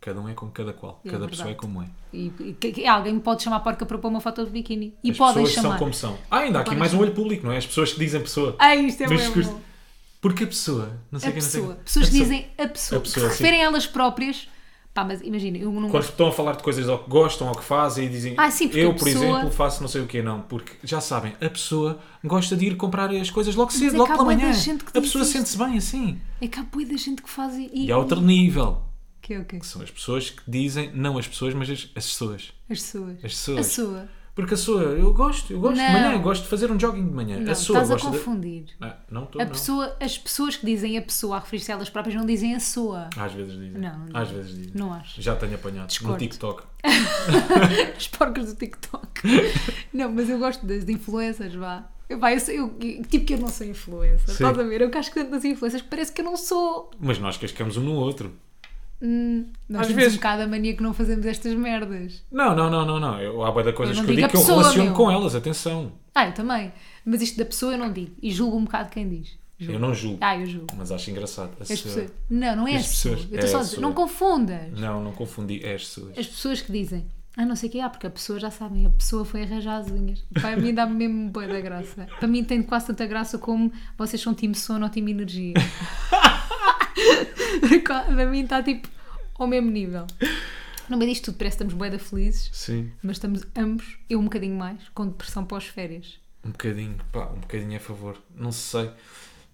Cada um é como cada qual. É cada pessoa é verdade. como é. E, e que- que alguém pode chamar porca para pôr uma foto de biquíni. E As podem pessoas chamar. são como são. Ah, ainda há aqui Podem mais um chamar. olho público, não é? As pessoas que dizem pessoa. Ah, isto é Nos mesmo. discursos- Porque a pessoa. Não sei A quem, não sei pessoa. quem. Pessoas A que pessoa. dizem a pessoa. A pessoa, que se sim. referem a elas próprias. Pá, mas imagina, eu não Quando estão a falar de coisas ao que gostam, ao que fazem e dizem Ah, sim, porque eu, a por pessoa- exemplo, faço não sei o quê, não. Porque já sabem, a pessoa gosta de ir comprar as coisas logo é cedo, que logo há pela bué de manhã. gente que A diz pessoa isto. sente-se bem assim. É que há bué da gente que faz e. e- E há outro nível, Que é o quê? que são as pessoas que dizem, não as pessoas, mas as, as pessoas. As pessoas. As A pessoas. sua. Porque a pessoa, eu gosto, eu gosto de Não. manhã, eu gosto de fazer um jogging de manhã. Não, a pessoa estás a gosta de- confundir. Ah, não estou, A não. pessoa, as pessoas que dizem a pessoa a referir-se a elas próprias não dizem a sua. Às vezes dizem. Não, não. Às vezes dizem. Não acho. Já tenho apanhado. Discordo. No TikTok. As porcas do TikTok. não, mas eu gosto das influencers, vá. Eu- Vá, eu, sou- eu- eu- tipo que eu não sou influencer, Sim. estás a ver? Eu que acho que dentro das influencers parece que eu não sou. Mas nós cascamos um no outro. Hum, nós Às temos vezes- um bocado a mania que não fazemos estas merdas. Não, não, não, não, não. Eu, há boia de coisas Eu não que eu digo digo a que eu pessoa, relaciono meu. com elas, atenção. Ah, eu também. Mas isto da pessoa eu não digo. E julgo um bocado quem diz. Julgo. Eu não julgo. Ah, eu julgo. Mas acho engraçado. A As sua- pessoas. Não, não é As as pessoas. pessoas. Eu estou É só a a dizer. sua. Não confundas. Não, não confundi. É as suas. As pessoas que dizem. Ah, não sei o que há, porque a pessoa já sabem, a pessoa foi arranjar as unhas. Para mim dá-me mesmo boa da graça. Para mim tem quase tanta graça como vocês são time sono ou time energia. Para mim está tipo ao mesmo nível. No meio disto tudo parece que estamos boeda felizes, Sim. mas estamos ambos, eu um bocadinho mais, com depressão pós-férias. Um bocadinho, pá, um bocadinho a favor. Não sei.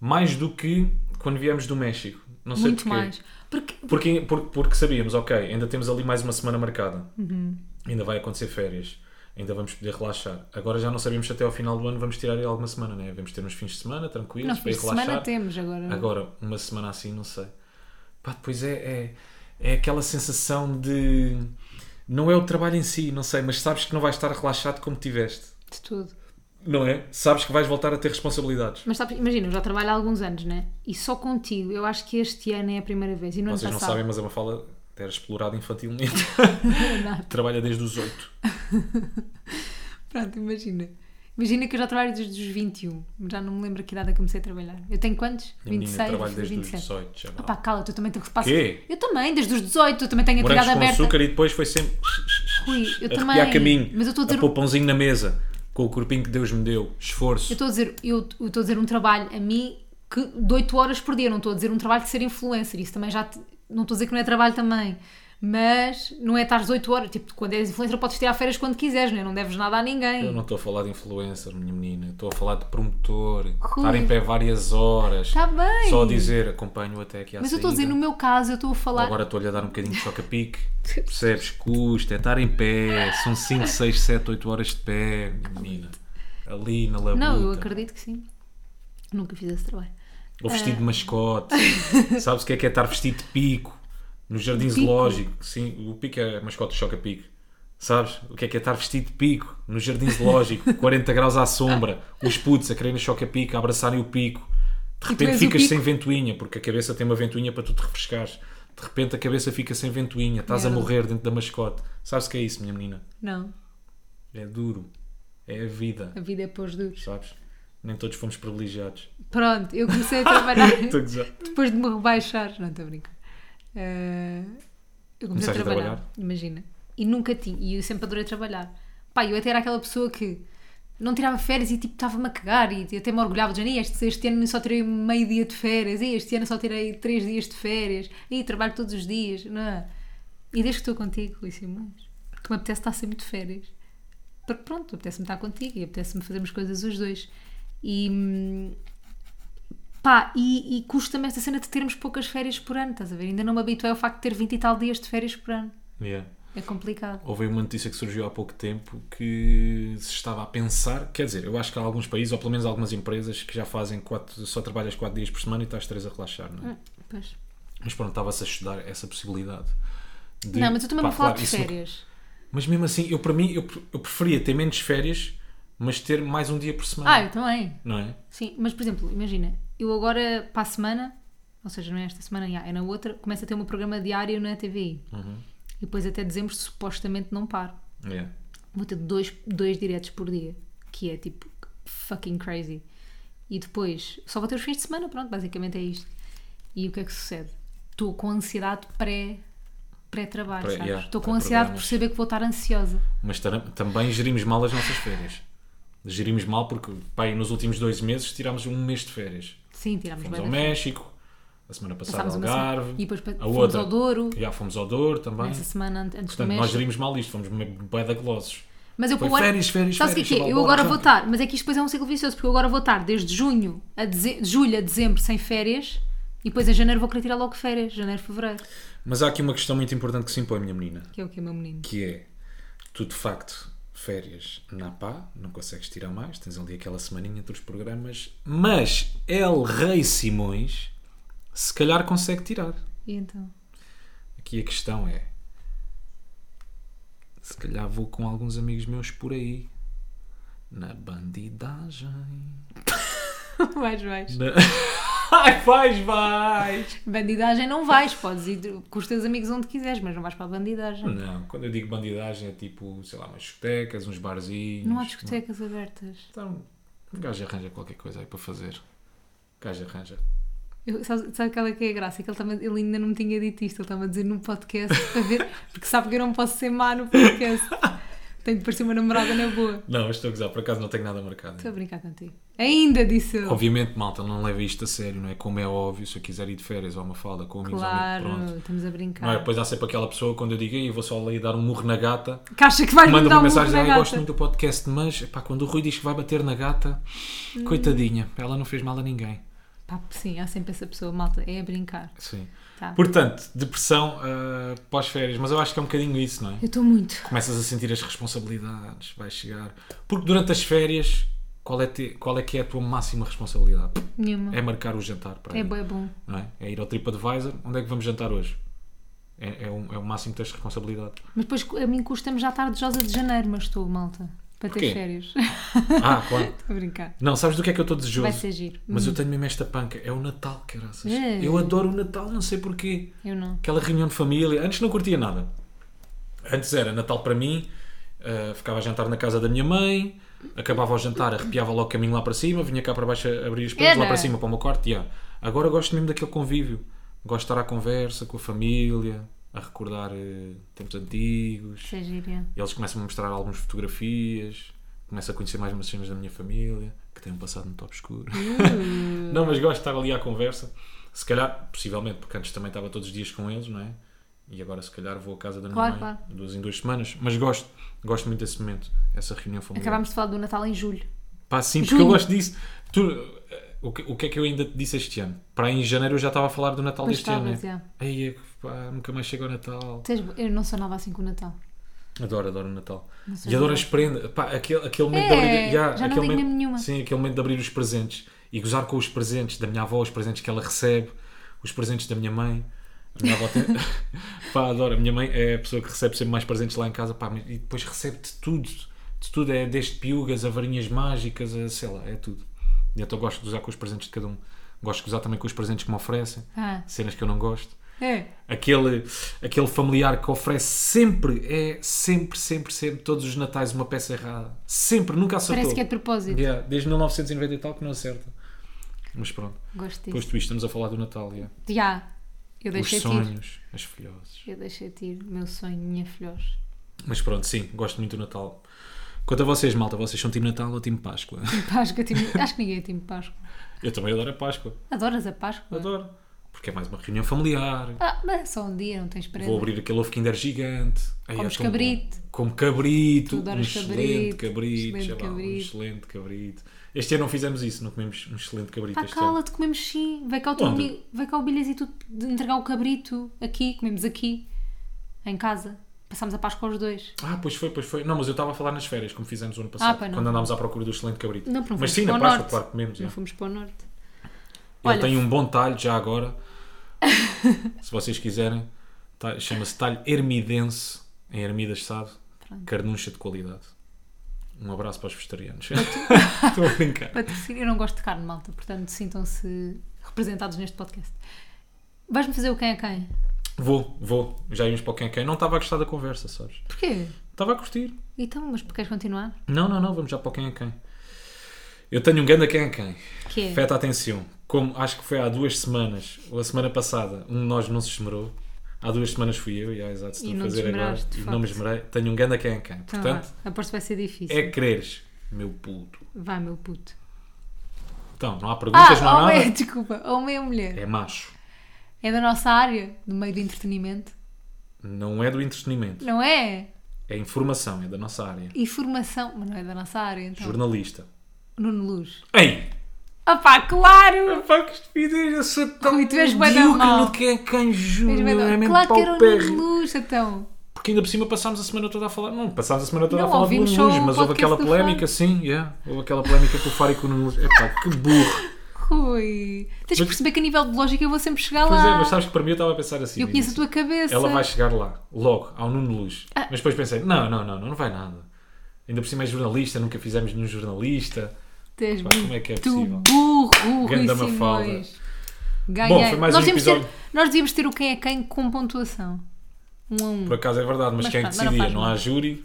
Mais do que quando viemos do México. Não sei Muito porquê. mais. Porque Porque, porque, porque sabíamos, ok, ainda temos ali mais uma semana marcada. Uhum. Ainda vai acontecer férias. Ainda vamos poder relaxar. Agora já não sabemos se até ao final do ano vamos tirar aí alguma semana, né? Vamos ter uns fins de semana tranquilos nós para ir fins de relaxar. semana temos agora. Agora, uma semana assim, não sei. Pá, depois é, é, é aquela sensação de. Não é o trabalho em si, não sei, mas sabes que não vais estar relaxado como tiveste. De tudo. Não é? Sabes que vais voltar a ter responsabilidades. Mas sabes, imagina, eu já trabalho há alguns anos, né? E só contigo, eu acho que este ano é a primeira vez. E no Vocês ano não passado. sabem, mas é a Mafalda era explorada infantilmente. Trabalha desde os 8. Pronto, imagina. Imagina que eu já trabalho desde os 21. Já não me lembro a que idade é que comecei a trabalhar. Eu tenho quantos? A menina 26, trabalha desde 27. os 18. Já vá. Pá, cala-te, eu também tenho repasso. Quê? Eu também, desde os 18, eu também tenho a Morangos tirada com aberta. açúcar e depois foi sempre Rui, eu arrepiar também. caminho. Mas eu estou a dizer- pôr pãozinho na mesa. Com o corpinho que Deus me deu. Eu Esforço. estou a dizer, eu, eu estou a dizer um trabalho a mim que de 8 horas por dia, não estou a dizer um trabalho de ser influencer, isso também já te- não estou a dizer que não é trabalho também, mas não é estar 8 horas, tipo, quando és influencer podes tirar férias quando quiseres, não, é? não deves nada a ninguém. Eu não estou a falar de influencer, minha menina. Estou a falar de promotor. Rui. Estar em pé várias horas. Está bem. Só a dizer, acompanho até aqui à mas eu estou a dizer, saída. no meu caso, eu estou a falar. Agora estou-lhe a dar um bocadinho de choca-pique. Percebes? Custa. É estar em pé. São 5, 6, 7, 8 horas de pé, minha menina. Ali na labuta. não, eu acredito que sim. Nunca fiz esse trabalho. Ou vestido de mascote. Sabes o que é que é estar vestido de pico? No jardim pico? zoológico. Sim, o pico é a mascote do choca-pico. Sabes? O que é que é estar vestido de pico? No jardim zoológico, 40 graus à sombra, os putos a quererem choca-pico, a abraçarem o pico. De tu repente és o ficas pico? sem ventoinha, porque a cabeça tem uma ventoinha para tu te refrescares. De repente a cabeça fica sem ventoinha, estás a Merda. morrer dentro da mascote. Sabes o que é isso, minha menina? Não, É duro. É a vida. a vida é para os duros. Sabes? Nem todos fomos privilegiados. Pronto, eu comecei a trabalhar Estou a gozar. depois de me rebaixar. Não, estou a brincar. Eh, eu comecei a Começaste a trabalhar, trabalhar? imagina. E nunca tinha, e eu sempre adorei trabalhar. Pá, eu até era aquela pessoa que não tirava férias e tipo estava-me a cagar e até me orgulhava de dizer, este, este ano só tirei meio dia de férias, e este ano só tirei três dias de férias, e trabalho todos os dias, não é? E desde que estou contigo, Luís Simões, que me apetece estar sempre de férias porque pronto, apetece-me estar contigo e apetece-me fazermos coisas os dois. E hum, pá, e, e custa-me esta cena de termos poucas férias por ano, estás a ver? Ainda não me habituei ao facto de ter 20 e tal dias de férias por ano. Yeah. É complicado. Houve aí uma notícia que surgiu há pouco tempo que se estava a pensar, quer dizer, eu acho que há alguns países, ou pelo Hum. menos algumas empresas, que já fazem quatro, só trabalhas 4 dias por semana e estás 3 a relaxar, não é? Pois. Mas pronto, estava-se a estudar essa possibilidade. de- Não, mas eu também pá, vou falar claro, de isso nunca- férias. Mas mesmo assim, eu para mim, eu, eu preferia ter menos férias, mas ter mais um dia por semana. Ah, eu também. Não é? Sim, mas por exemplo, imagina, eu agora para a semana, ou seja, não é esta semana, já, é na outra, começo a ter o meu programa diário na TVI. Uhum. E depois até dezembro supostamente não paro. Yeah. Vou ter dois, dois diretos por dia, que é tipo fucking crazy. E depois só vou ter os fins de semana, pronto, basicamente é isto. E o que é que sucede? Estou com ansiedade pré- pré-trabalho, Pré- sabes? yeah, Estou com ansiedade por pré-programas. saber que vou estar ansiosa. Mas tara- também gerimos mal as nossas férias. Gerimos mal porque, pai, nos últimos dois meses tirámos um mês de férias. Sim, tirámos Fomos bué ao da- México, a semana passada Passámos ao uma semana- Algarve. e depois pa- a fomos outra. ao Douro. Já fomos ao Douro também. Essa semana an- antes Portanto, do nós mês. gerimos mal isto, fomos bem da glossos. Mas eu Foi para o ano- férias, férias, Sabes o que é férias, que é? chega Eu lá, agora bora, vou arranca. estar, mas é que isto depois é um ciclo vicioso, porque eu agora vou estar desde junho a deze... julho a dezembro sem férias e depois em janeiro vou querer tirar logo férias, janeiro, fevereiro. Mas há aqui uma questão muito importante que se impõe, minha menina. Que é o que, meu menino? que é tu de facto férias na pá, não consegues tirar mais, tens ali aquela semaninha entre os programas, mas El Rei Simões se calhar consegue tirar. E então? Aqui a questão é se calhar vou com alguns amigos meus por aí na bandidagem. Vais, vais. Na... Ai, vais, vais! Bandidagem não vais, podes ir com os teus amigos onde quiseres, mas não vais para a bandidagem. Não, quando eu digo bandidagem é tipo, sei lá, umas discotecas, uns barzinhos. Não há discotecas abertas. Então, um gajo arranja qualquer coisa aí para fazer. O gajo arranja. Eu, sabe, sabe aquela que é a graça? É que ele, tá-me- ele ainda não me tinha dito isto, ele estava a dizer num podcast para ver, porque sabe que eu não posso ser má no podcast. Tenho de parecer uma namorada na boa. Não, eu estou a gozar, por acaso não tenho nada marcado. Estou a brincar contigo. Ainda disse ele. Obviamente, malta, não leva isto a sério, não é? Como é óbvio, se eu quiser ir de férias ou uma falda com amigos, Claro, ou amigo, pronto. estamos a brincar. Não é? Depois há sempre aquela pessoa, quando eu digo, "Ei, eu vou só ali dar um murro na gata, Que acha que vais manda mandar uma um mensagem, ah, mensagem eu gosto muito do podcast, mas, pá, quando o Rui diz que vai bater na gata, Hum. coitadinha, ela não fez mal a ninguém. Pá, sim, há sempre essa pessoa, malta, é a brincar. Sim. Tá. Portanto, depressão ah, pós-férias, mas eu acho que é um bocadinho isso, não é? Eu estou muito. começas a sentir as responsabilidades, vais chegar. Porque durante as férias, qual é, te- qual é que é a tua máxima responsabilidade? Nenhuma. É marcar o jantar para É, aí, bom, é bom. não é? É ir ao TripAdvisor, onde é que vamos jantar hoje? É, é o, é o máximo que tens de responsabilidade. Mas depois a mim custa-me já estar de Josa de Janeiro, mas estou, malta. Para ter Porquê? férias. Ah, claro. Estou a brincar. Não, sabes do que é que eu estou desejoso? Vai ser giro. Mas eu tenho mesmo esta panca. É o Natal, caraças. É. Eu adoro o Natal, não sei porquê. Eu não. Aquela reunião de família. Antes não curtia nada. Antes era Natal para mim, ah, ficava a jantar na casa da minha mãe, acabava o jantar, arrepiava logo o caminho lá para cima, vinha cá para baixo a- abrir as portas, Era. lá para cima para o meu quarto. Yeah. Agora gosto mesmo daquele convívio. Gosto de estar à conversa com a família, a recordar eh, tempos antigos. Isso é giro, é. E eles começam a mostrar algumas fotografias, começo a conhecer mais umas cenas da minha família, que tem um passado muito obscuro. Hum. não, mas gosto de estar ali à conversa. Se calhar, possivelmente, porque antes também estava todos os dias com eles, não é? E agora, se calhar, vou à casa da minha Claro, mãe claro. duas em duas semanas. Mas gosto, gosto muito desse momento, essa reunião familiar. Acabámos de falar do Natal em julho. Pá, sim, porque eu Junho. gosto disso. Tu, eh, o, que, o que é que eu ainda te disse este ano? Para aí em janeiro eu já estava a falar do Natal Pois deste ano, estavas, né? Aí, pá, nunca mais chega ao Natal. Tu és bo- Eu não sou nova assim com o Natal. Adoro, adoro o Natal. sei E adoro nada. as prendas. Pá, aquele, aquele momento É, de abrir. já, já não aquele digo momento- mesmo nenhuma. Sim, aquele momento de abrir os presentes e gozar com os presentes da minha avó, os presentes que ela recebe, os presentes da minha mãe. A minha avó tem. pá, adoro. A minha mãe é a pessoa que recebe sempre mais presentes lá em casa, pá, mas- e depois recebe de tudo. De tudo. É desde piugas a varinhas mágicas, a, sei lá, é tudo. E então gosto de gozar com os presentes de cada um. Gosto de gozar também com os presentes que me oferecem, Ah. cenas que eu não gosto É. aquele, aquele familiar que oferece sempre, é sempre, sempre, sempre, todos os natais uma peça errada. Sempre, nunca acertou. Parece que é de propósito. Yeah, desde 1990 e tal que não acerta. Mas pronto, Gosto disso. posto isto, estamos a falar do Natal, yeah. Já. Eu os deixei-te ir. sonhos, as filhoses. Eu deixei-te ir. Meu sonho, minha filhos. Mas pronto, sim, gosto muito do Natal. Quanto a vocês, malta, vocês são time Natal ou time Páscoa? Páscoa, time- acho que ninguém é time Páscoa. Eu também adoro a Páscoa, Adoras a Páscoa? adoro. Porque é mais uma reunião familiar, Ah, mas é só um dia, não tens prenda. Vou abrir aquele ovo Kinder gigante. Ai, Comes é tão bom. cabrito. Como cabrito. Tu adoras um excelente cabrito, cabrito. excelente sei lá, Um cabrito. excelente cabrito. Este ano não fizemos isso, não comemos um excelente cabrito Ah, este ano. cala-te, comemos sim. Vai cá o teu Onde? amigo, vai cá o bilhas e tu de entregar o cabrito aqui, comemos aqui, em casa. Passámos a Páscoa aos dois. Ah, pois foi, pois foi. Não, mas eu estava a falar nas férias, como fizemos o ano passado, pois Ah, não. quando andámos à procura do excelente cabrito. Não, um porque não mas fomos sim, para na o Páscoa, norte. claro que comemos. Não é. fomos para o norte. Ele tem um bom talho já agora. Se vocês quiserem, tá- chama-se talho ermidense, em Ermidas Sado, carnuncha de qualidade. Um abraço para os vegetarianos. Estou a brincar. Patrocínio, eu não gosto de carne, malta, portanto sintam-se representados neste podcast. Vais-me fazer o quem é quem? Vou, vou. Já íamos para o quem é quem. Não estava a gostar da conversa, sabes? Porquê? Estava a curtir. Então, mas queres continuar? Não, não, não, vamos já para o quem é quem. Eu tenho um grande quem é quem. Que é? Feta atenção. Como acho que foi há duas semanas, ou a semana passada, um de nós não se esmerou. Há duas semanas fui eu e há exato E estou a não te fazer agora. esmeraste, de E não me facto. esmerei. Tenho um grande quem é quem. Então, Portanto, vá, aposto que vai ser difícil. é quereres, meu puto. Vai, meu puto. Então, não há Ah, perguntas, não há homem, nada. desculpa, homem ou mulher? É macho. É. da nossa área, do meio do entretenimento, Não é do entretenimento. não é? É informação, é da nossa área. E formação, mas não é da nossa área, então. Jornalista. Nuno Luz. Ei! Ah pá, claro! Pá, que estupidez, eu sou tão Rui, tu és bué da medíocre mau. no que é quem Mas, juro, mas, é mesmo claro que era o Nuno paupérrimo. Luz, então. Porque ainda por cima passámos a semana toda a falar. Não, passámos a semana toda Não, a falar do ouvimos Nuno Luz, só o mas houve podcast aquela do polémica, sim, yeah. houve aquela polémica com o Faro e com o Nuno Luz. Epá, que burro. Rui, tens que Mas- perceber que a nível de lógica eu vou sempre chegar Pois lá. é, mas sabes que para mim eu estava a pensar assim. eu no conheço a início. tua cabeça. Ah. Ela vai chegar lá, logo, ao Nuno Luz. Mas depois pensei, não, não, não, não vai nada. Ainda por cima é jornalista, nunca fizemos nenhum jornalista. Tu és Pá, como é que é muito possível? burro, Rui Ganda Mafalda. Simões. Ganhei. Bom, foi mais nós, um devíamos episódio. ter, nós devíamos ter o quem é quem com pontuação. Um a um, Por acaso é verdade, mas, Mas quem é que pronto, mas não decidia? faz Não, mal. há júri,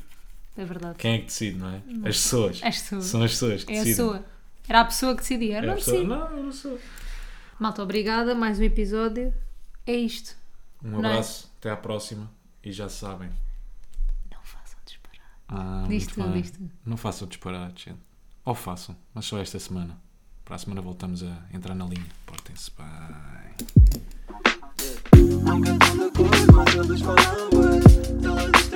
é verdade. quem é que decide, não é? As pessoas. As pessoas. São as pessoas que É a decidem. sua. Era a pessoa que decidia. Eu É a não pessoa. decido. Não, eu não sou. Malta, obrigada. Mais um episódio. É isto. Um Não é? abraço, até à próxima e já sabem. Não façam disparar. Ah, Diz muito tu, bem. diz tu. Não façam disparates, gente. Ou façam, mas só esta semana. Para a semana voltamos a entrar na linha. Portem-se bem. Não cantando a cor, mas eles falam, ué. Elas